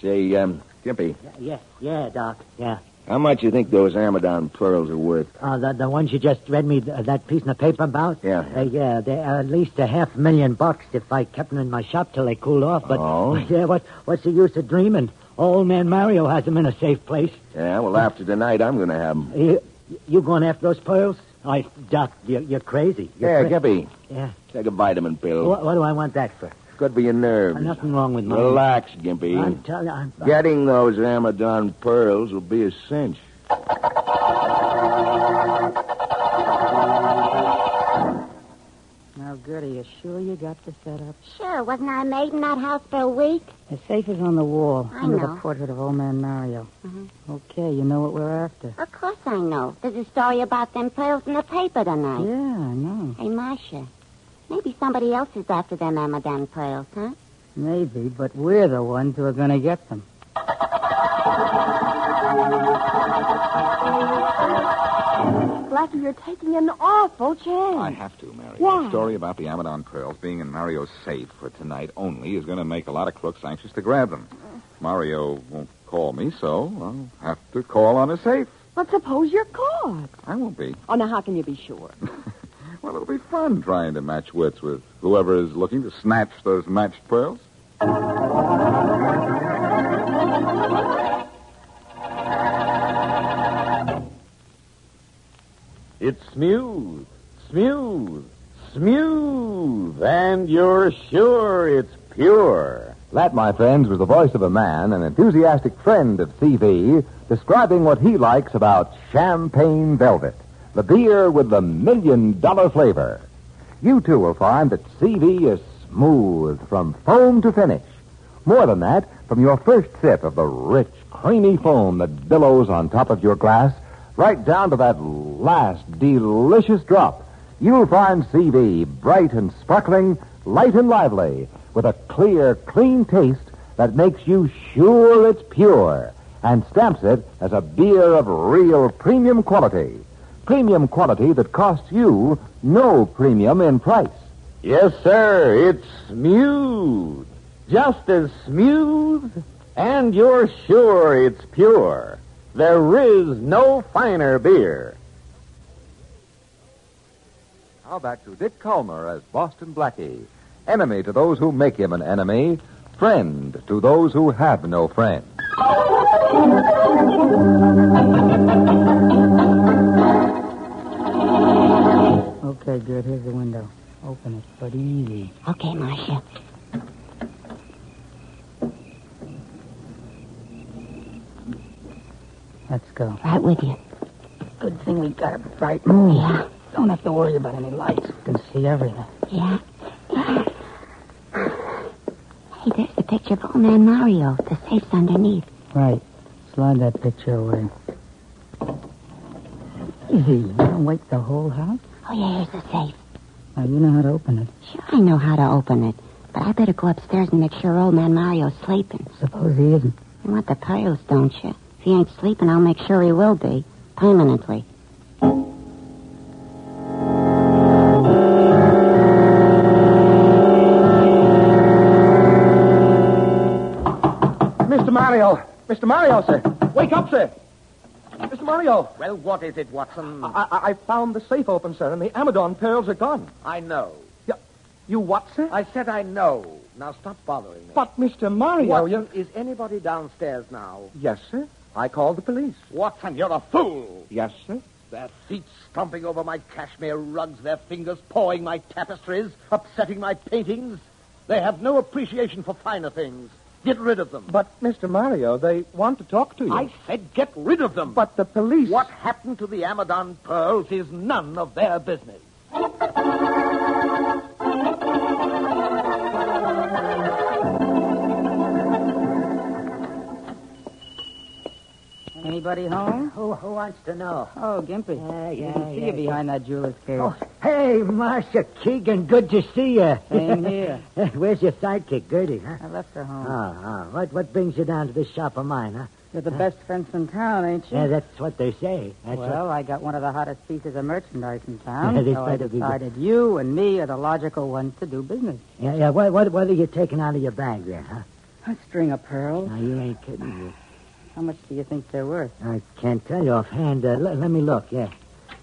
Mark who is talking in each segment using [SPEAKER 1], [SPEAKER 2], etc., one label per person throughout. [SPEAKER 1] Say, um, Gimpy,
[SPEAKER 2] Yeah, yeah, Doc. Yeah.
[SPEAKER 1] how much you think those Amadon pearls are worth?
[SPEAKER 2] Uh, the, the ones you just read me th- that piece in the paper about?
[SPEAKER 1] Yeah.
[SPEAKER 2] Uh, yeah, they're at least a half million bucks if I kept them in my shop till they cooled off. But,
[SPEAKER 1] Oh.
[SPEAKER 2] yeah, what, what's the use of dreaming? Old man Mario has them in a safe place.
[SPEAKER 1] Yeah, well, after tonight, I'm going to have them.
[SPEAKER 2] You, you going after those pearls? I, Doc, you, you're crazy. You're
[SPEAKER 1] Yeah,
[SPEAKER 2] cra-
[SPEAKER 1] Gimpy,
[SPEAKER 2] Yeah.
[SPEAKER 1] take a vitamin pill.
[SPEAKER 2] What, what do I want that for?
[SPEAKER 1] Could be your nerves.
[SPEAKER 2] Nothing wrong with mine.
[SPEAKER 1] Relax, Gimpy.
[SPEAKER 2] I'm telling you. I'm-
[SPEAKER 1] Getting those Amadon pearls will be a cinch.
[SPEAKER 3] Oh,
[SPEAKER 4] Now, Gertie, you sure you got the setup?
[SPEAKER 3] Sure, wasn't I maid in that house for a week?
[SPEAKER 4] The safe is on the wall
[SPEAKER 3] I
[SPEAKER 4] under
[SPEAKER 3] know.
[SPEAKER 4] the portrait of old man Mario.
[SPEAKER 3] Mm-hmm.
[SPEAKER 4] Okay, you know what we're after.
[SPEAKER 3] Of course I know. There's a story about them pearls in the paper tonight.
[SPEAKER 4] Yeah, I know.
[SPEAKER 3] Hey, Marcia, maybe somebody else is after them Amadon pearls, huh?
[SPEAKER 4] Maybe, but we're the ones who are going to get them.
[SPEAKER 5] Blackie, you're taking an awful chance.
[SPEAKER 6] I have to, Mary.
[SPEAKER 5] Why?
[SPEAKER 6] The story about the Amadon pearls being in Mario's safe for tonight only is going to make a lot of crooks anxious to grab them. Mario won't call me, so I'll have to call on a safe.
[SPEAKER 5] But suppose you're caught.
[SPEAKER 6] I won't be.
[SPEAKER 5] Oh, now how can you be sure?
[SPEAKER 6] Well, it'll be fun trying to match wits with whoever is looking to snatch those matched pearls.
[SPEAKER 7] It's smooth, smooth, smooth, and you're sure it's pure.
[SPEAKER 8] That, my friends, was the voice of a man, an enthusiastic friend of CV, describing what he likes about champagne velvet, the beer with the million dollar flavor. You too will find that CV is smooth from foam to finish. More than that, from your first sip of the rich, creamy foam that billows on top of your glass, right down to that last delicious drop, you'll find CV bright and sparkling, light and lively, with a clear, clean taste that makes you sure it's pure and stamps it as a beer of real premium quality. Premium quality that costs you no premium in price.
[SPEAKER 7] Yes, sir, it's smooth. Just as smooth, and you're sure it's pure. There is no finer beer.
[SPEAKER 8] Now back to Dick Calmer as Boston Blackie. Enemy to those who make him an enemy, friend to those who have no friend.
[SPEAKER 4] Okay, good. Here's the window. Open it, but easy.
[SPEAKER 3] Okay, Marcia.
[SPEAKER 4] Let's go.
[SPEAKER 3] Right with you.
[SPEAKER 4] Good thing we got a bright moon. Yeah. Don't have to worry about any lights. Can see everything.
[SPEAKER 3] Yeah? Yeah. Hey, there's the picture of old man Mario. The safe's underneath.
[SPEAKER 4] Right. Slide that picture away. Easy. You don't wake the whole house.
[SPEAKER 3] Oh, yeah, here's the safe.
[SPEAKER 4] Now you know how to open it.
[SPEAKER 3] Sure, I know how to open it. But I better go upstairs and make sure old man Mario's sleeping.
[SPEAKER 4] Suppose he isn't.
[SPEAKER 3] You want the pearls, don't you? If he ain't sleeping, I'll make sure he will be. Permanently.
[SPEAKER 1] Mr. Mario! Mr. Mario, sir! Wake up, sir! Mr. Mario!
[SPEAKER 9] Well, what is it, Watson?
[SPEAKER 1] I, I, I found the safe open, sir, and the Amadon pearls are gone.
[SPEAKER 9] I know.
[SPEAKER 1] You what, sir?
[SPEAKER 9] I said I know. Now stop bothering me.
[SPEAKER 1] But, Mr. Mario,
[SPEAKER 9] Watson,
[SPEAKER 1] you...
[SPEAKER 9] is anybody downstairs now?
[SPEAKER 1] Yes, sir. I called the police.
[SPEAKER 9] Watson, you're a fool.
[SPEAKER 1] Yes, sir.
[SPEAKER 9] Their feet stomping over my cashmere rugs, their fingers pawing my tapestries, upsetting my paintings. They have no appreciation for finer things. Get rid of them.
[SPEAKER 1] But, Mr. Mario, they want to talk to you.
[SPEAKER 9] I said get rid of them.
[SPEAKER 1] But the police...
[SPEAKER 9] what happened to the Amadon pearls is none of their business.
[SPEAKER 4] Anybody home?
[SPEAKER 2] Who, who wants to know?
[SPEAKER 4] Oh, Gimpy. Yeah,
[SPEAKER 2] yeah,
[SPEAKER 4] I see
[SPEAKER 2] yeah,
[SPEAKER 4] you behind that jeweler's case.
[SPEAKER 2] Oh, hey, Marcia Keegan, good to see you.
[SPEAKER 4] Same here.
[SPEAKER 2] Where's your sidekick, Gertie, huh?
[SPEAKER 4] I left her
[SPEAKER 2] Oh,
[SPEAKER 4] home.
[SPEAKER 2] oh, what, what brings you down to this shop of mine, huh?
[SPEAKER 4] You're the best fence in town, ain't you?
[SPEAKER 2] Yeah, that's what they say. That's what-
[SPEAKER 4] well, I got one of the hottest pieces of merchandise in town,
[SPEAKER 2] Yeah, they
[SPEAKER 4] so I
[SPEAKER 2] better be good.
[SPEAKER 4] decided you and me are the logical ones to do business.
[SPEAKER 2] Yeah, yeah. What, what, what are you taking out of your bag there, huh?
[SPEAKER 4] A string of pearls.
[SPEAKER 2] Now, you ain't kidding me.
[SPEAKER 4] How much do you think they're worth?
[SPEAKER 2] I can't tell you offhand. Uh, let, let me look, yeah.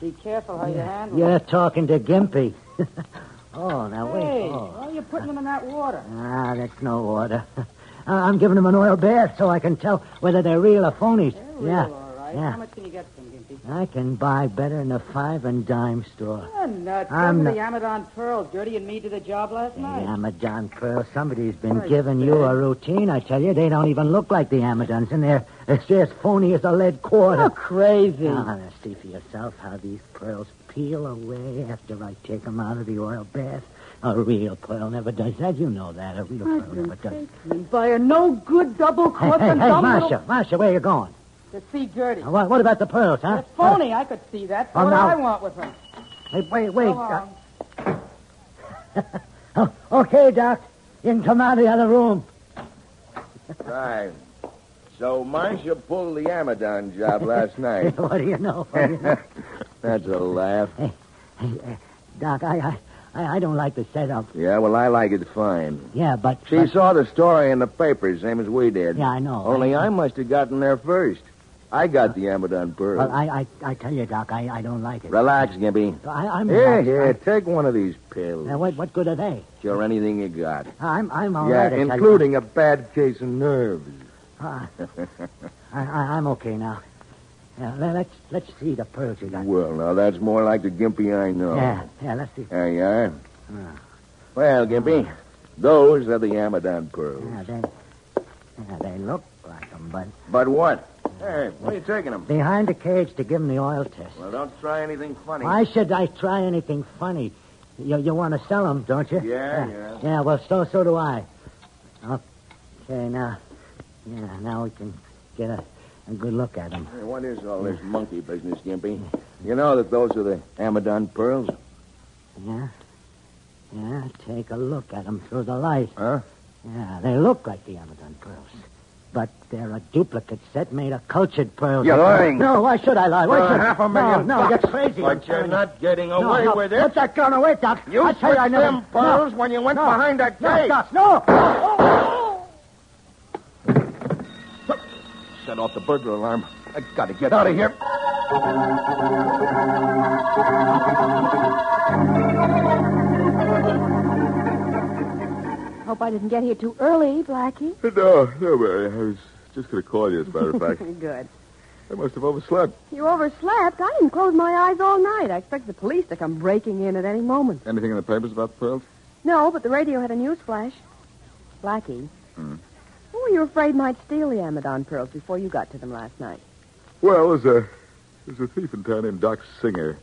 [SPEAKER 4] Be careful how Oh, you handle
[SPEAKER 2] You're
[SPEAKER 4] them.
[SPEAKER 2] talking to Gimpy. oh, now wait.
[SPEAKER 4] Hey,
[SPEAKER 2] Oh.
[SPEAKER 4] why are you putting them in that water?
[SPEAKER 2] Ah, that's no order. I- I'm giving them an oil bath so I can tell whether they're real or phonies.
[SPEAKER 4] They're
[SPEAKER 2] yeah.
[SPEAKER 4] real, all right.
[SPEAKER 2] yeah.
[SPEAKER 4] How much can you get for them, Gimpy?
[SPEAKER 2] I can buy better in a five and dime store.
[SPEAKER 4] Oh, nuts.
[SPEAKER 2] I'm
[SPEAKER 4] Those are
[SPEAKER 2] not-
[SPEAKER 4] the Amadon pearls. Gertie and me did a job last
[SPEAKER 2] The
[SPEAKER 4] night.
[SPEAKER 2] Amazon pearl. Somebody's been
[SPEAKER 4] Right,
[SPEAKER 2] giving you
[SPEAKER 4] sir.
[SPEAKER 2] a routine, I tell you. They don't even look like the Amazons, and they're, they're as phony as a lead quarter.
[SPEAKER 4] Oh, crazy.
[SPEAKER 2] Now, now, see for yourself how these pearls peel away after I take them out of the oil bath. A real pearl never does that. You know that. A real pearl never does.
[SPEAKER 4] By a no good double
[SPEAKER 2] Hey,
[SPEAKER 4] cross
[SPEAKER 2] hey, hey,
[SPEAKER 4] and dumb little-
[SPEAKER 2] Marcia, Marcia, where you going?
[SPEAKER 4] To see Gertie.
[SPEAKER 2] Uh, What, what about the pearls, huh?
[SPEAKER 4] That's phony. I could see that.
[SPEAKER 2] Oh,
[SPEAKER 4] what
[SPEAKER 2] now-
[SPEAKER 4] do I want with her?
[SPEAKER 2] Hey, wait, wait.
[SPEAKER 4] Go on.
[SPEAKER 2] Uh, oh, okay, Doc. You can come out of the other room.
[SPEAKER 1] Right. So Marcia pulled the Amadon job last night.
[SPEAKER 2] what do you know? What do you know?
[SPEAKER 1] That's a laugh.
[SPEAKER 2] Hey, uh, Doc, I, I, I, I don't like the setup.
[SPEAKER 1] Yeah, well, I like it fine.
[SPEAKER 2] Yeah, but...
[SPEAKER 1] She
[SPEAKER 2] but-
[SPEAKER 1] saw the story in the papers, same as we did.
[SPEAKER 2] Yeah, I know.
[SPEAKER 1] Only
[SPEAKER 2] I-
[SPEAKER 1] I must have gotten there first. I got the Amadon pearl.
[SPEAKER 2] Well, I, I, I tell you, Doc, I, I don't like it.
[SPEAKER 1] Relax, Gimpy.
[SPEAKER 2] I, I'm...
[SPEAKER 1] Here,
[SPEAKER 2] relaxed.
[SPEAKER 1] here, take one of these pills.
[SPEAKER 2] Now, what, what good are they?
[SPEAKER 1] Cure anything you got.
[SPEAKER 2] I'm, I'm all
[SPEAKER 1] yeah,
[SPEAKER 2] right, I tell you.
[SPEAKER 1] including a bad case of nerves.
[SPEAKER 2] Uh, I, I, I'm okay now. Yeah, le- let's let's see the pearls you got.
[SPEAKER 1] Well, now that's more like the Gimpy I know.
[SPEAKER 2] Yeah, yeah, let's see.
[SPEAKER 1] There you are.
[SPEAKER 2] Ah.
[SPEAKER 1] Well, Gimpy, those are the Amadon pearls.
[SPEAKER 2] Yeah, Uh, they, yeah, they look like them, but
[SPEAKER 1] But what? Hey, where are you taking them?
[SPEAKER 2] behind the cage to give them the oil test.
[SPEAKER 1] Well, don't try anything funny.
[SPEAKER 2] Why should I try anything funny? You, you want to sell them, don't you?
[SPEAKER 1] Yeah,
[SPEAKER 2] yeah.
[SPEAKER 1] yeah.
[SPEAKER 2] Yeah, well, so so do I. Okay, now, yeah, now we can get a, a good look at them.
[SPEAKER 1] Hey, what is all this monkey business, Gimpy? You know that those are the Amadon pearls?
[SPEAKER 2] Yeah, yeah. Take a look at them through the light.
[SPEAKER 1] Huh?
[SPEAKER 2] Yeah, they look like the Amazon pearls. But they're a duplicate set made of cultured pearls.
[SPEAKER 1] You're lying.
[SPEAKER 2] No, why should I lie? Why
[SPEAKER 1] For
[SPEAKER 2] should
[SPEAKER 1] half a million
[SPEAKER 2] No, no,
[SPEAKER 1] bucks.
[SPEAKER 2] you're crazy.
[SPEAKER 1] But
[SPEAKER 2] I'm
[SPEAKER 1] you're
[SPEAKER 2] telling you.
[SPEAKER 1] not getting
[SPEAKER 2] No,
[SPEAKER 1] away
[SPEAKER 2] no,
[SPEAKER 1] with it.
[SPEAKER 2] Put that gun away, Doc.
[SPEAKER 1] You
[SPEAKER 2] I tell you, I
[SPEAKER 1] switched
[SPEAKER 2] never...
[SPEAKER 1] them pearls
[SPEAKER 2] no.
[SPEAKER 1] when you went
[SPEAKER 2] no.
[SPEAKER 1] behind that
[SPEAKER 2] No,
[SPEAKER 1] cage.
[SPEAKER 2] Doc, no.
[SPEAKER 6] Set off the burglar alarm. I gotta get out of here.
[SPEAKER 5] Hope I didn't get here too early, Blackie.
[SPEAKER 6] No, uh, no, Mary. I was just gonna call you, as a matter of fact.
[SPEAKER 5] Good.
[SPEAKER 6] I must have overslept.
[SPEAKER 5] You overslept. I didn't close my eyes all night. I expect the police to come breaking in at any moment.
[SPEAKER 6] Anything in the papers about the pearls?
[SPEAKER 5] No, but the radio had a news flash. Blackie.
[SPEAKER 6] Hmm.
[SPEAKER 5] Who were you afraid might steal the Amadon pearls before you got to them last night?
[SPEAKER 6] Well, there's a there's a thief in town named Doc Singer.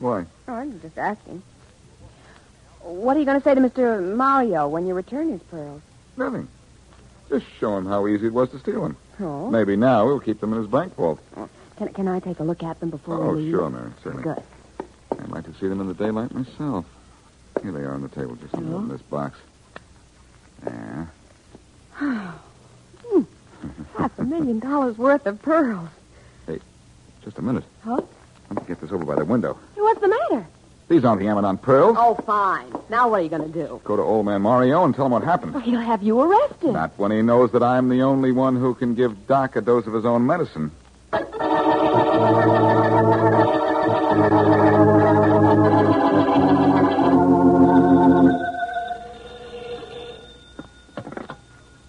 [SPEAKER 6] Why?
[SPEAKER 5] Oh, I'm just asking. What are you going to say to Mr. Mario when you return his pearls?
[SPEAKER 6] Nothing. Just show him how easy it was to steal them.
[SPEAKER 5] Oh.
[SPEAKER 6] Maybe now we'll keep them in his bank vault.
[SPEAKER 5] Can, can I take a look at them before
[SPEAKER 6] Oh,
[SPEAKER 5] we leave?
[SPEAKER 6] sure, Mary. Certainly.
[SPEAKER 5] Good.
[SPEAKER 6] I'd like to see them in the daylight myself. Here they are on the table, just
[SPEAKER 5] Hello?
[SPEAKER 6] in this box. Yeah.
[SPEAKER 5] Half Hmm. a million dollars worth of pearls.
[SPEAKER 6] Just a minute.
[SPEAKER 5] Huh?
[SPEAKER 6] Let me get this over by the window.
[SPEAKER 5] Hey, What's the matter?
[SPEAKER 6] These aren't the Amadon pearls.
[SPEAKER 5] Oh, fine. Now what are you going to do?
[SPEAKER 6] Go to old man Mario and tell him what happened.
[SPEAKER 5] Well, he'll have you arrested.
[SPEAKER 6] Not when he knows that I'm the only one who can give Doc a dose of his own medicine.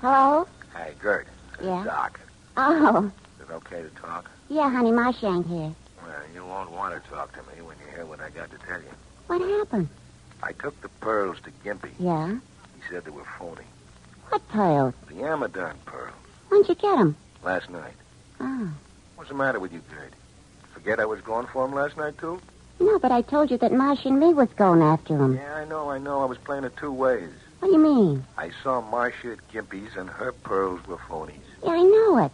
[SPEAKER 3] Hello?
[SPEAKER 1] Hey, Gert.
[SPEAKER 3] Yeah?
[SPEAKER 1] Doc,
[SPEAKER 3] Oh,
[SPEAKER 1] is it okay to talk?
[SPEAKER 3] yeah, honey, Marcia ain't here.
[SPEAKER 1] Well, you won't want to talk to me when you hear what I got to tell you.
[SPEAKER 3] What happened?
[SPEAKER 1] I took the pearls to Gimpy.
[SPEAKER 3] Yeah?
[SPEAKER 1] He said they were phony.
[SPEAKER 3] What pearls?
[SPEAKER 1] The Amadon pearl.
[SPEAKER 3] When'd you get 'em?
[SPEAKER 1] Last night.
[SPEAKER 3] Oh.
[SPEAKER 1] What's the matter with you, Gert? Forget I was going for him last night, too?
[SPEAKER 3] No, but I told you that Marcia and me was going after 'em.
[SPEAKER 1] Yeah, I know, I know. I was playing it two ways.
[SPEAKER 3] What do you mean?
[SPEAKER 1] I saw Marcia at Gimpy's, and her pearls were phonies.
[SPEAKER 3] Yeah, I know it.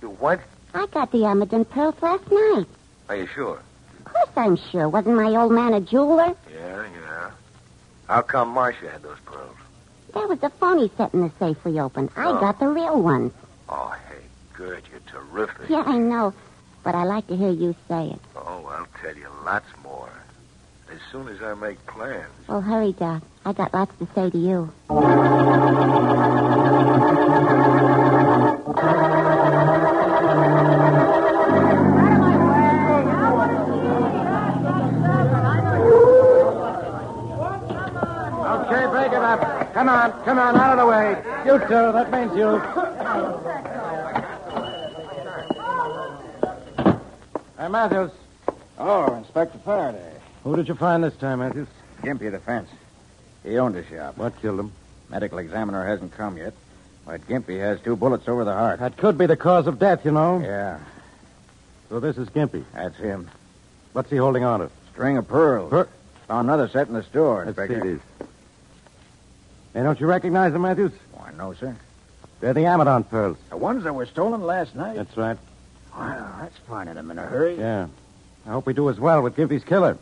[SPEAKER 1] You what?
[SPEAKER 3] I got the Amadon pearls last night.
[SPEAKER 10] Are you sure?
[SPEAKER 3] Of course I'm sure. Wasn't my old man a jeweler?
[SPEAKER 10] Yeah, yeah. How come Marcia had those pearls?
[SPEAKER 3] There was a phony set in the safe we opened. I
[SPEAKER 10] Oh.
[SPEAKER 3] got the real ones.
[SPEAKER 10] Oh, hey, good. You're terrific.
[SPEAKER 3] Yeah, I know. But I like to hear you say it.
[SPEAKER 10] Oh, I'll tell you lots more. As soon as I make plans.
[SPEAKER 3] Well, hurry, Doc. I got lots to say to you.
[SPEAKER 11] Okay, break it up. Come on, come on, out of the way. You two, that means you. Hey, Matthews.
[SPEAKER 7] Oh, Inspector Faraday.
[SPEAKER 11] Who did you find this time, Matthews?
[SPEAKER 7] Gimpy the fence. He owned the shop. What killed him? Medical examiner hasn't come yet. But Gimpy has two bullets over the heart.
[SPEAKER 11] That could be the cause of death, you know.
[SPEAKER 7] Yeah.
[SPEAKER 11] So this is Gimpy.
[SPEAKER 7] That's him.
[SPEAKER 11] What's he holding on to?
[SPEAKER 7] String of pearls. Found another set in the store, Inspector.
[SPEAKER 11] Hey, don't you recognize them, Matthews?
[SPEAKER 7] Why, no, sir.
[SPEAKER 11] They're the Amadon pearls.
[SPEAKER 7] The ones that were stolen last night?
[SPEAKER 11] That's right.
[SPEAKER 7] Well, that's finding them in a hurry.
[SPEAKER 11] Yeah. I hope we do as well with Gimpy's killer.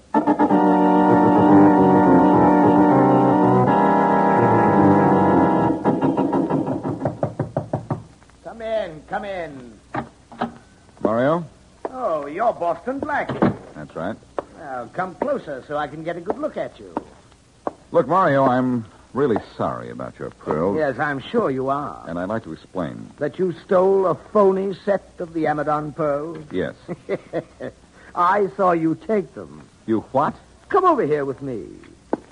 [SPEAKER 9] Come in, come in.
[SPEAKER 6] Mario?
[SPEAKER 9] Oh, you're Boston Blackie.
[SPEAKER 6] That's right.
[SPEAKER 9] Now, come closer so I can get a good look at you.
[SPEAKER 6] Look, Mario, I'm really sorry about your pearls.
[SPEAKER 9] Yes, I'm sure you are.
[SPEAKER 6] And I'd like to explain.
[SPEAKER 9] That you stole a phony set of the Amadon pearls?
[SPEAKER 6] Yes.
[SPEAKER 9] I saw you take them.
[SPEAKER 6] You what?
[SPEAKER 9] Come over here with me.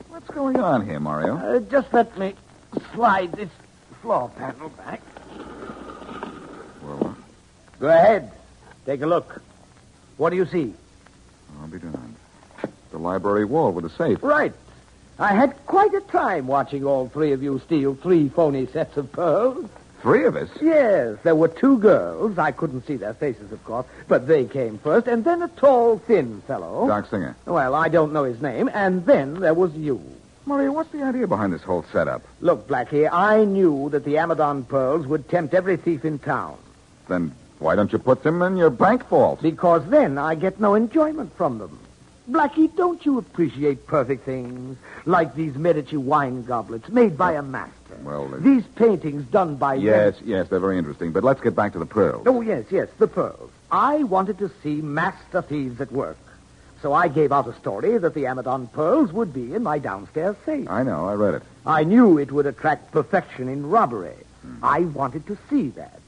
[SPEAKER 6] What's going on here, Mario?
[SPEAKER 9] Uh, just let me slide this floor panel back.
[SPEAKER 6] Well, uh,
[SPEAKER 9] Go ahead. Take a look. What do you see?
[SPEAKER 6] I'll be darned. The library wall with a safe.
[SPEAKER 9] Right. I had quite a time watching all three of you steal three phony sets of pearls.
[SPEAKER 6] Three of us?
[SPEAKER 9] Yes, there were two girls. I couldn't see their faces, of course, but they came first, and then a tall, thin fellow.
[SPEAKER 6] Doc Singer.
[SPEAKER 9] Well, I don't know his name, and then there was you.
[SPEAKER 6] Mario, what's the idea behind this whole setup?
[SPEAKER 9] Look, Blackie, I knew that the Amadon pearls would tempt every thief in town,
[SPEAKER 6] Then why don't you put them in your bank vault?
[SPEAKER 9] because then I get no enjoyment from them. Blackie, don't you appreciate perfect things like these Medici wine goblets made by a master?
[SPEAKER 6] Well, uh,
[SPEAKER 9] These paintings done by
[SPEAKER 6] yes, yes, they're very interesting. But let's get back to the pearls.
[SPEAKER 9] Oh, yes, yes, the pearls. I wanted to see master thieves at work. So I gave out a story that the Amadon pearls would be in my downstairs safe.
[SPEAKER 6] I know, I read it.
[SPEAKER 9] I knew it would attract perfection in robbery.
[SPEAKER 6] Hmm.
[SPEAKER 9] I wanted to see that.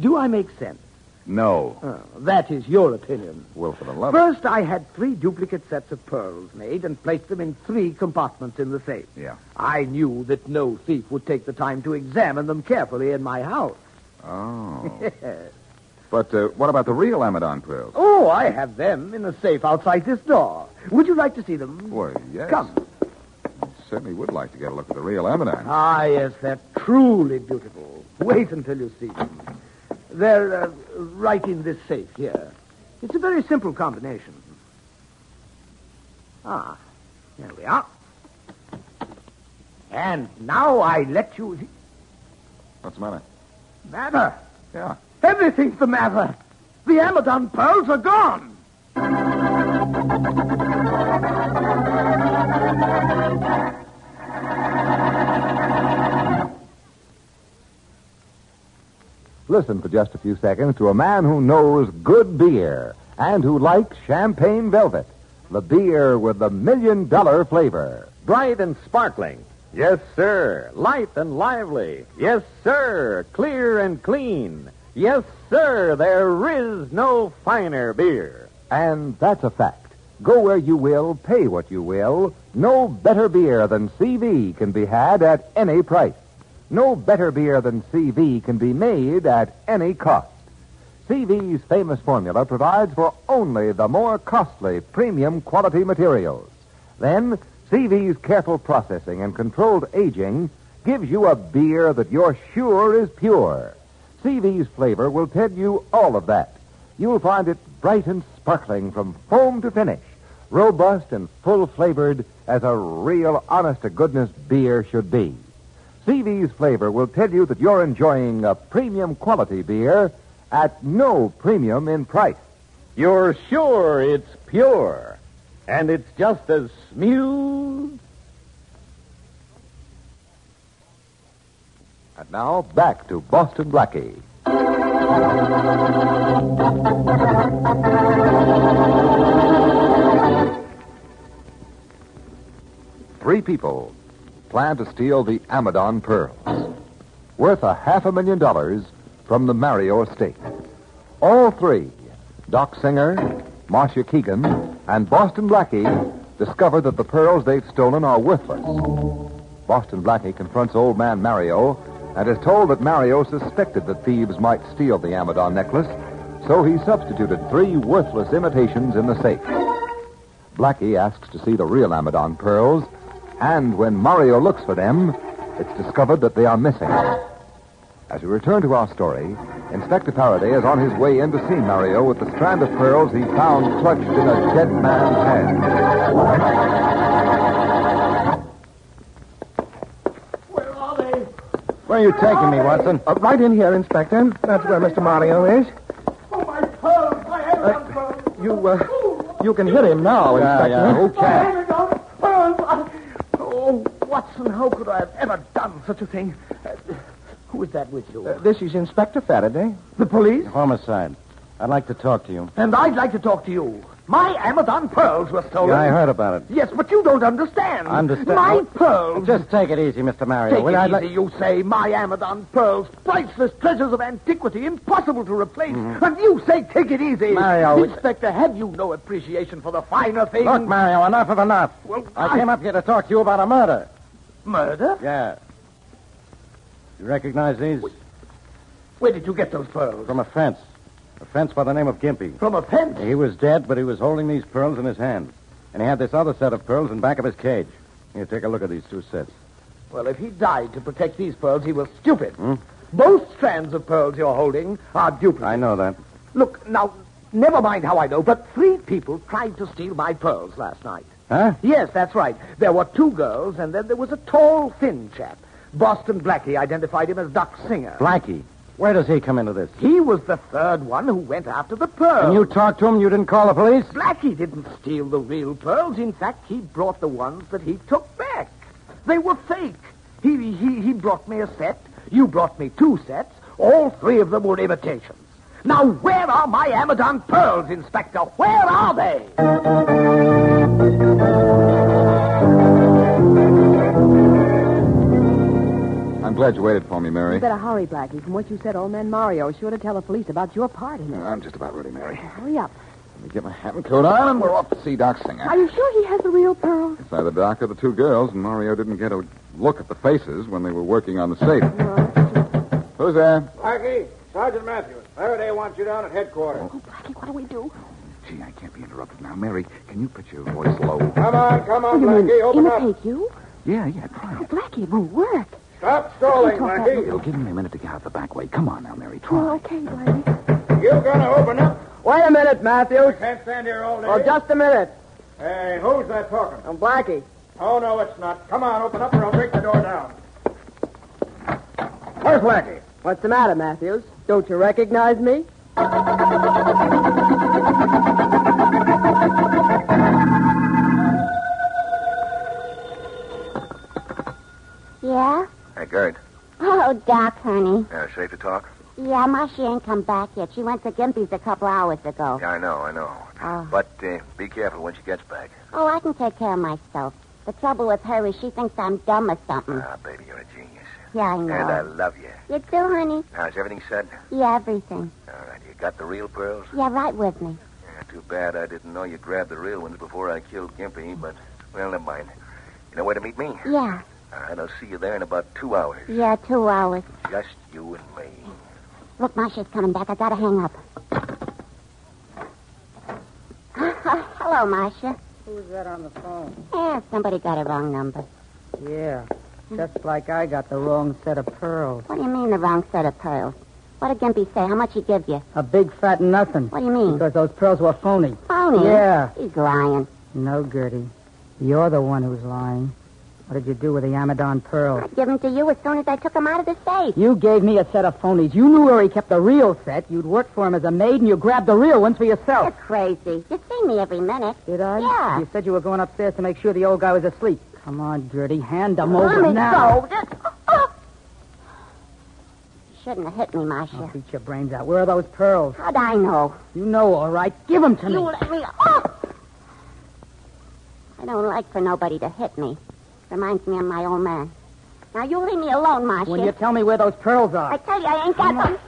[SPEAKER 9] Do I make sense?
[SPEAKER 6] No.
[SPEAKER 9] Oh, that is your opinion.
[SPEAKER 6] Well, for the love of...
[SPEAKER 9] First, I had three duplicate sets of pearls made and placed them in three compartments in the safe.
[SPEAKER 6] Yeah.
[SPEAKER 9] I knew that no thief would take the time to examine them carefully in my house.
[SPEAKER 6] Oh. but uh, what about the real Amadon pearls?
[SPEAKER 9] Oh, I have them in a safe outside this door. Would you like to see them?
[SPEAKER 6] Well, yes.
[SPEAKER 9] Come.
[SPEAKER 6] Certainly would like to get a look at the real Amadon.
[SPEAKER 9] Ah, yes, they're truly beautiful. Wait until you see them. They're uh, right in this safe here. It's a very simple combination. Ah, there we are. And now I let you.
[SPEAKER 6] What's the matter?
[SPEAKER 9] Matter.
[SPEAKER 6] Yeah.
[SPEAKER 9] Everything's the matter. The Amadon pearls are gone.
[SPEAKER 8] Listen for just a few seconds to a man who knows good beer and who likes champagne velvet, the beer with the million dollar flavor.
[SPEAKER 12] Bright and sparkling. Yes, sir. Light and lively. Yes, sir. Clear and clean. Yes, sir. There is no finer beer.
[SPEAKER 8] And that's a fact. Go where you will, pay what you will. No better beer than CV can be had at any price. No better beer than CV can be made at any cost. CV's famous formula provides for only the more costly premium quality materials. Then, CV's careful processing and controlled aging gives you a beer that you're sure is pure. CV's flavor will tell you all of that. You'll find it bright and sparkling from foam to finish, robust and full flavored as a real honest to goodness beer should be. CV's flavor will tell you that you're enjoying a premium quality beer at no premium in price.
[SPEAKER 13] You're sure it's pure, and it's just as smooth.
[SPEAKER 8] And now back to Boston Blackie. Three people plan to steal the Amadon pearls, worth a half a million dollars, from the Mario estate. All three, Doc Singer, Marcia Keegan, and Boston Blackie, discover that the pearls they've stolen are worthless. Boston Blackie confronts old man Mario and is told that Mario suspected that thieves might steal the Amadon necklace, so he substituted three worthless imitations in the safe. Blackie asks to see the real Amadon pearls, and when Mario looks for them, it's discovered that they are missing. As we return to our story, Inspector Faraday is on his way in to see Mario with the strand of pearls he found clutched in a dead man's hand.
[SPEAKER 9] Where are they?
[SPEAKER 11] Where are you taking me, Watson? Uh, right in here, Inspector. That's where Mr. Mario is.
[SPEAKER 9] Oh, my pearls! My Amazon pearls!
[SPEAKER 11] You, uh, you can hit him now,
[SPEAKER 9] Yeah,
[SPEAKER 11] Inspector.
[SPEAKER 9] yeah, who
[SPEAKER 11] Okay.
[SPEAKER 9] My Amazon pearls! I- Oh, Watson, how could I have ever done such a thing? Uh, who is that with you?
[SPEAKER 7] Uh,
[SPEAKER 11] this is Inspector Faraday. The police?
[SPEAKER 7] Homicide. I'd like to talk to you.
[SPEAKER 9] and I'd like to talk to you. My Amazon pearls were stolen.
[SPEAKER 7] Yeah, I heard about it.
[SPEAKER 9] Yes, but you don't understand.
[SPEAKER 7] Understand?
[SPEAKER 9] My
[SPEAKER 7] Well,
[SPEAKER 9] pearls.
[SPEAKER 7] Just take it easy, Mr. Mario.
[SPEAKER 9] Take
[SPEAKER 7] will
[SPEAKER 9] it
[SPEAKER 7] you? I'd
[SPEAKER 9] easy,
[SPEAKER 7] like-
[SPEAKER 9] you say. My Amadon pearls, priceless treasures of antiquity, impossible to replace. And you say, take it easy.
[SPEAKER 7] Mm-hmm. Mario, it-
[SPEAKER 9] Inspector, have you no appreciation for the finer things?
[SPEAKER 7] Look, Mario, enough of enough.
[SPEAKER 9] Well,
[SPEAKER 7] I came up here to talk to you about a murder.
[SPEAKER 9] Murder?
[SPEAKER 7] Yeah. You recognize these?
[SPEAKER 9] Where did you get those pearls?
[SPEAKER 7] From a fence. A fence by the name of Gimpy.
[SPEAKER 9] From a fence?
[SPEAKER 7] He was dead, but he was holding these pearls in his hand. And he had this other set of pearls in back of his cage. Here, take a look at these two sets.
[SPEAKER 9] Well, if he died to protect these pearls, he was stupid.
[SPEAKER 7] Hmm?
[SPEAKER 9] Both strands of pearls you're holding are duplicates.
[SPEAKER 7] I know that.
[SPEAKER 9] Look, now, never mind how I know, but three people tried to steal my pearls last night.
[SPEAKER 7] Huh?
[SPEAKER 9] Yes, that's right. There were two girls, and then there was a tall, thin chap. Boston Blackie identified him as Doc Singer.
[SPEAKER 7] Blackie. Where does he come into this?
[SPEAKER 9] He was the third one who went after the pearls.
[SPEAKER 7] And you talked to him? You didn't call the police?
[SPEAKER 9] Blackie didn't steal the real pearls. In fact, he brought the ones that he took back. They were fake. He, he, he brought me a set. You brought me two sets. All three of them were imitations. Now, where are Oh, my Amadon pearls, Inspector? Where are they?
[SPEAKER 6] I'm glad you waited for me, Mary.
[SPEAKER 5] You better hurry, Blackie. From what you said, old man Mario is sure to tell the police about your part in it. Oh,
[SPEAKER 6] I'm just about ready, Mary.
[SPEAKER 5] Hurry up.
[SPEAKER 6] Let me get my hat and coat on, and we're off to see Doc Singer.
[SPEAKER 5] Are you sure he has the real pearls?
[SPEAKER 6] It's either Doc or the two girls, and Mario didn't get a look at the faces when they were working on the safe. Who's there?
[SPEAKER 14] Blackie, Sergeant Matthews. Faraday wants you down at headquarters.
[SPEAKER 5] Oh, Blackie, what do we do?
[SPEAKER 6] Gee, I can't be interrupted now. Mary, can you put your voice low?
[SPEAKER 14] Come on, come on,
[SPEAKER 5] you mean
[SPEAKER 14] Blackie. Open up.
[SPEAKER 5] imitate you?
[SPEAKER 6] Yeah, yeah, try
[SPEAKER 5] Oh, Blackie, it won't work.
[SPEAKER 14] Stop stalling,
[SPEAKER 5] Come on,
[SPEAKER 14] Blackie.
[SPEAKER 6] It'll give me a minute to get out the back way. Come on now, Mary. Try.
[SPEAKER 5] Oh, okay, Blackie.
[SPEAKER 14] You gonna open up?
[SPEAKER 4] Wait a minute, Matthews.
[SPEAKER 14] Can't stand here all day.
[SPEAKER 4] Oh, just a minute.
[SPEAKER 14] Hey, who's that talking?
[SPEAKER 4] I'm Blackie.
[SPEAKER 14] Oh, no, it's not. Come on, open up or I'll break the door down.
[SPEAKER 4] Where's Blackie? What's the matter, Matthews? Don't you recognize me?
[SPEAKER 3] Yeah?
[SPEAKER 1] Hey, Gert.
[SPEAKER 3] Oh, Doc, honey.
[SPEAKER 1] Yeah, safe to talk?
[SPEAKER 3] Yeah, Marcia ain't come back yet. She went to Gimpy's a couple hours ago.
[SPEAKER 1] Yeah, I know, I know.
[SPEAKER 3] Oh.
[SPEAKER 1] But uh, be careful when she gets back.
[SPEAKER 3] Oh, I can take care of myself. The trouble with her is she thinks I'm dumb or something.
[SPEAKER 1] Ah, baby, you're a genius.
[SPEAKER 3] Yeah, Hmm. I know.
[SPEAKER 1] And I love you.
[SPEAKER 3] You too, honey.
[SPEAKER 1] Now, is everything said?
[SPEAKER 3] Yeah, everything.
[SPEAKER 1] All right, you got the real pearls?
[SPEAKER 3] Yeah, right with me.
[SPEAKER 1] Yeah, too bad I didn't know you grabbed the real ones before I killed Gimpy, but, well, never mind. You know where to meet me?
[SPEAKER 3] Yeah.
[SPEAKER 1] All right, I'll see you there in about two hours.
[SPEAKER 3] Yeah, two hours.
[SPEAKER 1] Just you and me.
[SPEAKER 3] Look, Marcia's coming back. I gotta hang up. Hello, Marcia.
[SPEAKER 4] Who's that on the phone?
[SPEAKER 3] Yeah, somebody got a wrong number.
[SPEAKER 4] Yeah, just like I got the wrong set of pearls.
[SPEAKER 3] What do you mean the wrong set of pearls? What did Gimpy say? How much he give you?
[SPEAKER 4] A big fat nothing.
[SPEAKER 3] What do you mean?
[SPEAKER 4] Because those pearls were phony.
[SPEAKER 3] Phony?
[SPEAKER 4] Yeah.
[SPEAKER 3] He's lying.
[SPEAKER 4] No, Gertie. You're the one who's lying.
[SPEAKER 15] What did you do with the Amadon pearls?
[SPEAKER 3] Give them to you as soon as I took them out of the safe.
[SPEAKER 15] You gave me a set of phonies. You knew where he kept the real set. You'd worked for him as a maid, and you grabbed the real ones for yourself.
[SPEAKER 3] You're crazy. You see me every minute.
[SPEAKER 15] Did I?
[SPEAKER 3] Yeah.
[SPEAKER 15] You said you were going upstairs to make sure the old guy was asleep. Come on, Gertie. Hand them
[SPEAKER 3] Let
[SPEAKER 15] over
[SPEAKER 3] me
[SPEAKER 15] now.
[SPEAKER 3] go. Just- oh, oh. You shouldn't have hit me,
[SPEAKER 15] I'll
[SPEAKER 3] Marcia.
[SPEAKER 15] beat your brains out. Where are those pearls?
[SPEAKER 3] How'd I know?
[SPEAKER 15] You know, all right. Give them to me.
[SPEAKER 3] You let me. Oh! I don't like for nobody to hit me. Reminds me of my old man. Now you leave me alone, Marcia.
[SPEAKER 15] When you tell me where those pearls are.
[SPEAKER 3] I tell you, I ain't got them.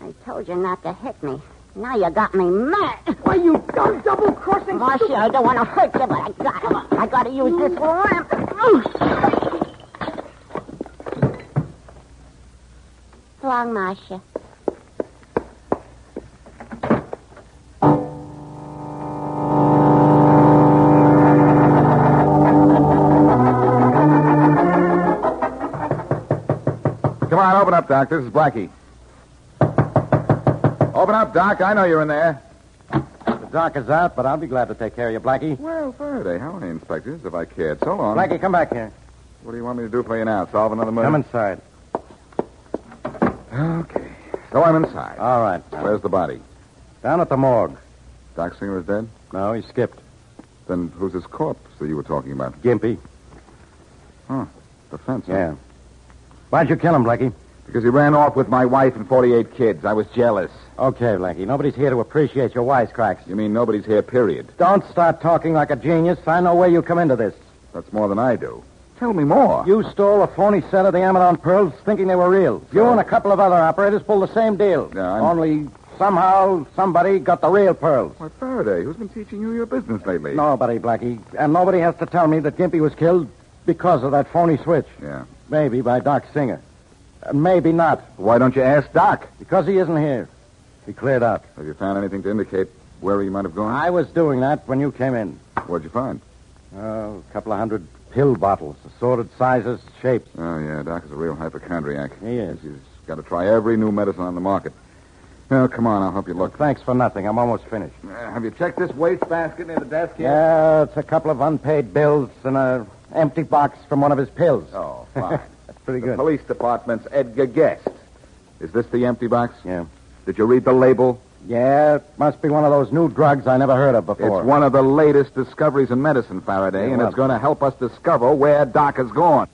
[SPEAKER 3] I told you not to hit me. Now you got me mad. Why, you dumb double crossing. Marcia, I don't want to hurt you, but I got I got to use this lamp. So long, Marcia.
[SPEAKER 6] Come on, open up, Doc. This is Blackie. Open up, Doc. I know you're in there.
[SPEAKER 7] The doc is out, but I'll be glad to take care of you, Blackie.
[SPEAKER 6] Well, Faraday, how are you, inspectors? If I cared, so long.
[SPEAKER 7] Blackie, come back here.
[SPEAKER 6] What do you want me to do for you now? Solve another murder?
[SPEAKER 7] Come inside.
[SPEAKER 6] Okay. So I'm inside.
[SPEAKER 7] All right.
[SPEAKER 6] Where's the body?
[SPEAKER 7] Down at the morgue.
[SPEAKER 6] Doc Singer is dead?
[SPEAKER 7] No, he skipped.
[SPEAKER 6] Then who's his corpse that you were talking about?
[SPEAKER 7] Gimpy.
[SPEAKER 6] The fence. huh?
[SPEAKER 7] Yeah. Why'd you kill him, Blackie?
[SPEAKER 6] Because he ran off with my wife and 48 kids. I was jealous.
[SPEAKER 7] Okay, Blackie. Nobody's here to appreciate your wisecracks.
[SPEAKER 6] You mean nobody's here, period.
[SPEAKER 7] Don't start talking like a genius. I know where you come into this.
[SPEAKER 6] That's more than I do. Tell me more.
[SPEAKER 7] You stole a phony set of the Amadon pearls thinking they were real. You and a couple of other operators pulled the same deal.
[SPEAKER 6] Yeah, I'm-
[SPEAKER 7] Only somehow somebody got the real pearls.
[SPEAKER 6] Why, Faraday, who's been teaching you your business lately?
[SPEAKER 7] Nobody, Blackie. And nobody has to tell me that Gimpy was killed because of that phony switch.
[SPEAKER 6] Yeah.
[SPEAKER 7] Maybe by Doc Singer. Uh, maybe not,
[SPEAKER 6] Why don't you ask Doc?
[SPEAKER 7] because he isn't here. He cleared out.
[SPEAKER 6] Have you found anything to indicate where he might have gone?
[SPEAKER 7] I was doing that when you came in.
[SPEAKER 6] What'd you find?
[SPEAKER 7] Oh, a couple of hundred pill bottles, assorted sizes, shapes.
[SPEAKER 6] Oh, yeah, Doc is a real hypochondriac.
[SPEAKER 7] He is.
[SPEAKER 6] He's got to try every new medicine on the market. Now, come on, I'll help you look.
[SPEAKER 7] Thanks for nothing. I'm almost finished.
[SPEAKER 6] Uh, have you checked this wastebasket near the desk here?
[SPEAKER 7] Yeah, it's a couple of unpaid bills and a empty box from one of his pills.
[SPEAKER 6] Oh, fine.
[SPEAKER 7] That's pretty
[SPEAKER 6] the
[SPEAKER 7] good.
[SPEAKER 6] police department's Edgar Guest. Is this the empty box?
[SPEAKER 7] Yeah.
[SPEAKER 6] Did you read the label?
[SPEAKER 7] Yeah, it must be one of those new drugs I never heard of before.
[SPEAKER 6] It's one of the latest discoveries in medicine, Faraday,
[SPEAKER 7] Yeah,
[SPEAKER 6] and
[SPEAKER 7] well-
[SPEAKER 6] it's going to help us discover where Doc has gone.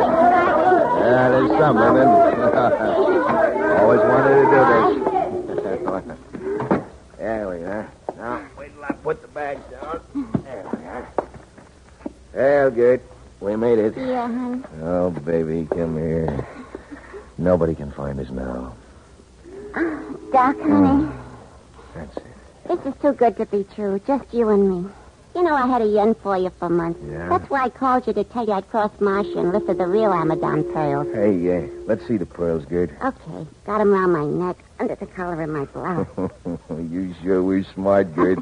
[SPEAKER 6] Yeah, there's some of them. Always wanted to do this.
[SPEAKER 1] There we are. Now, wait till I put the bags down. There we are. Well, good. We made it.
[SPEAKER 3] Yeah, hon.
[SPEAKER 1] Oh, baby, come here. Nobody can find us now.
[SPEAKER 3] Doc, honey,
[SPEAKER 1] That's it.
[SPEAKER 3] this is too good to be true. Just you and me. You know I had a yen for you for months.
[SPEAKER 1] Yeah.
[SPEAKER 3] That's why I called you to tell you I'd crossed Marcia and lifted the real Amadon pearls.
[SPEAKER 1] Hey, uh, let's see the pearls, Gert.
[SPEAKER 3] Okay, got 'em round my neck, under the collar of my blouse.
[SPEAKER 1] you sure were smart, Gert.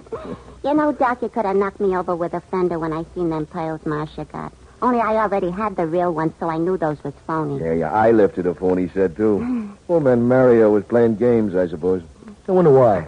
[SPEAKER 3] You know, Doc, you could have knocked me over with a fender when I seen them pearls Marcia got. Only I already had the real ones, so I knew those was phony.
[SPEAKER 1] yeah, yeah, I lifted a phone, he said, too. Well, then Mario was playing games, I suppose. I wonder why.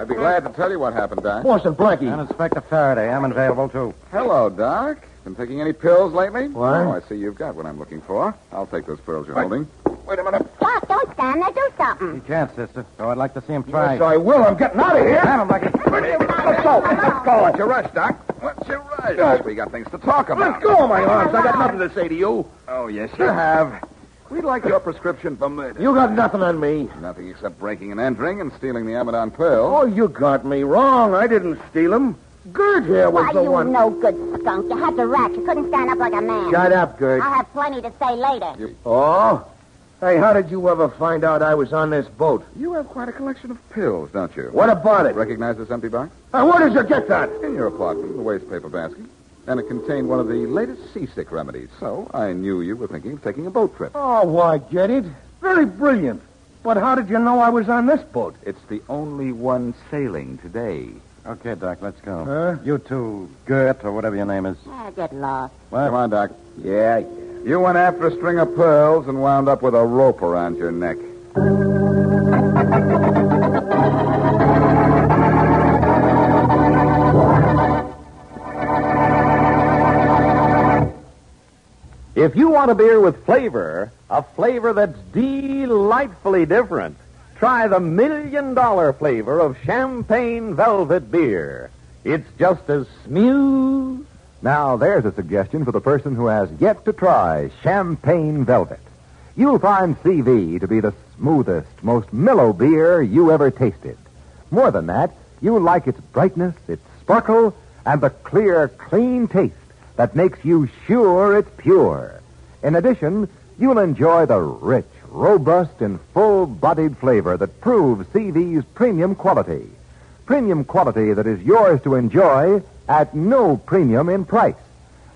[SPEAKER 6] I'd be glad to tell you what happened, Doc.
[SPEAKER 1] Boston Blackie.
[SPEAKER 7] And Inspector Faraday, I'm available too.
[SPEAKER 6] Hello, Doc. Been taking any pills lately?
[SPEAKER 1] What?
[SPEAKER 6] Oh, I see you've got what I'm looking for. I'll take those pearls you're holding.
[SPEAKER 1] Wait a minute.
[SPEAKER 3] Doc, don't stand there. Do something.
[SPEAKER 7] He can't, sister. So I'd like to see him try.
[SPEAKER 1] Yes, I will. I'm getting out of here.
[SPEAKER 7] Had him like a...
[SPEAKER 1] Let's go. Let's go.
[SPEAKER 6] What's your rush, Doc? What's your rush? we got things to talk about.
[SPEAKER 1] Let go of my arms. I got nothing to say to you.
[SPEAKER 6] Oh, yes, you have. We'd like your prescription for murder.
[SPEAKER 1] You got nothing on me.
[SPEAKER 6] Nothing except breaking and entering and stealing the Amadon pearl.
[SPEAKER 1] Oh, you got me wrong. I didn't steal him. Gert here was
[SPEAKER 3] Why,
[SPEAKER 1] the
[SPEAKER 3] you
[SPEAKER 1] one.
[SPEAKER 3] no good skunk. You had the rat. You couldn't stand up like a man.
[SPEAKER 1] Shut up, Gert.
[SPEAKER 3] I'll have plenty to say later.
[SPEAKER 1] Oh? Hey, how did you ever find out I was on this boat?
[SPEAKER 6] You have quite a collection of pills, don't you?
[SPEAKER 1] What about it?
[SPEAKER 6] Recognize this empty box?
[SPEAKER 1] Hey, where did you get that?
[SPEAKER 6] In your apartment, the wastepaper basket. And it contained one of the latest seasick remedies. So I knew you were thinking of taking a boat trip.
[SPEAKER 1] Oh, I get it. Very brilliant. But how did you know I was on this boat?
[SPEAKER 6] It's the only one sailing today.
[SPEAKER 7] Okay, Doc, let's
[SPEAKER 12] Oh.
[SPEAKER 7] go.
[SPEAKER 1] Huh?
[SPEAKER 7] You two, Gert, or whatever your name is.
[SPEAKER 3] Ah, get lost.
[SPEAKER 6] Come on, Doc.
[SPEAKER 1] Yeah, yeah.
[SPEAKER 6] You went after a string of pearls and wound up with a rope around your neck.
[SPEAKER 12] If you want a beer with flavor, a flavor that's delightfully different, try the million dollar flavor of champagne velvet beer. It's just as smooth.
[SPEAKER 8] Now, there's a suggestion for the person who has yet to try Champagne Velvet. You'll find CV to be the smoothest, most mellow beer you ever tasted. More than that, you'll like its brightness, its sparkle, and the clear, clean taste that makes you sure it's pure. In addition, you'll enjoy the rich, robust, and full-bodied flavor that proves CV's premium quality. Premium quality that is yours to enjoy at no premium in price.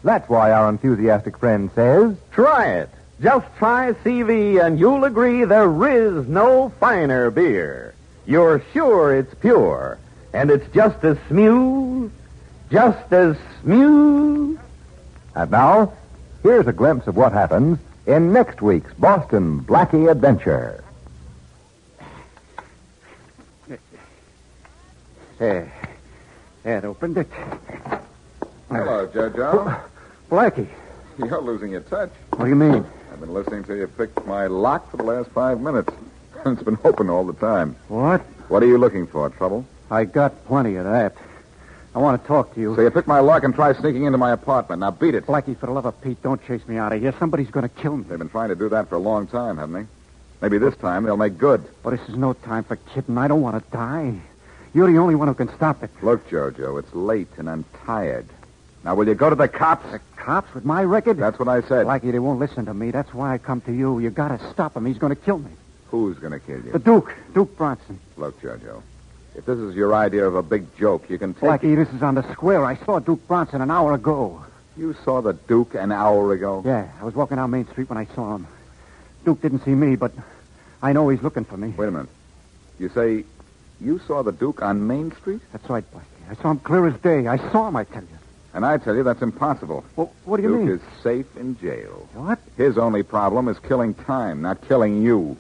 [SPEAKER 8] That's why our enthusiastic friend says,
[SPEAKER 12] Try it. Just try CV and you'll agree there is no finer beer. You're sure it's pure, and it's just as smooth, just as smooth.
[SPEAKER 8] And now, here's a glimpse of what happens in next week's Boston Blackie Adventure.
[SPEAKER 12] Eh,
[SPEAKER 7] There. That opened it.
[SPEAKER 6] Hello, Jojo.
[SPEAKER 7] Blackie.
[SPEAKER 6] You're losing your touch.
[SPEAKER 7] What do you mean?
[SPEAKER 6] I've been listening to you pick my lock for the last five minutes. It's been open all the time.
[SPEAKER 7] What?
[SPEAKER 6] What are you looking for, trouble?
[SPEAKER 7] I got plenty of that. I want to talk to you.
[SPEAKER 6] So you pick my lock and try sneaking into my apartment. Now beat it.
[SPEAKER 7] Blackie, for the love of Pete, don't chase me out of here. Somebody's going to kill me.
[SPEAKER 6] They've been trying to do that for a long time, haven't they? Maybe this time they'll make good.
[SPEAKER 7] But this is no time for kidding. I don't want to die. You're the only one who can stop it.
[SPEAKER 6] Look, Jojo, it's late and I'm tired. Now, will you go to the cops?
[SPEAKER 7] The cops with my record?
[SPEAKER 6] That's what I said.
[SPEAKER 7] Blackie, they won't listen to me. That's why I come to you. You got to stop him. He's going to kill me.
[SPEAKER 6] Who's going to kill you?
[SPEAKER 7] The Duke. Duke Bronson.
[SPEAKER 6] Look, Jojo, if this is your idea of a big joke, you can take it.
[SPEAKER 7] Blackie, this is on the square. I saw Duke Bronson an hour ago.
[SPEAKER 6] You saw the Duke an hour ago?
[SPEAKER 7] Yeah, I was walking down Main Street when I saw him. Duke didn't see me, but I know he's looking for me.
[SPEAKER 6] Wait a minute. You say you saw the Duke on Main Street?
[SPEAKER 7] That's right, Blackie. I saw him clear as day. I saw him, I tell you.
[SPEAKER 6] And I tell you, that's impossible.
[SPEAKER 7] Well, what do you
[SPEAKER 6] Duke
[SPEAKER 7] mean?
[SPEAKER 6] is safe in jail.
[SPEAKER 7] What?
[SPEAKER 6] His only problem is killing time, not killing you.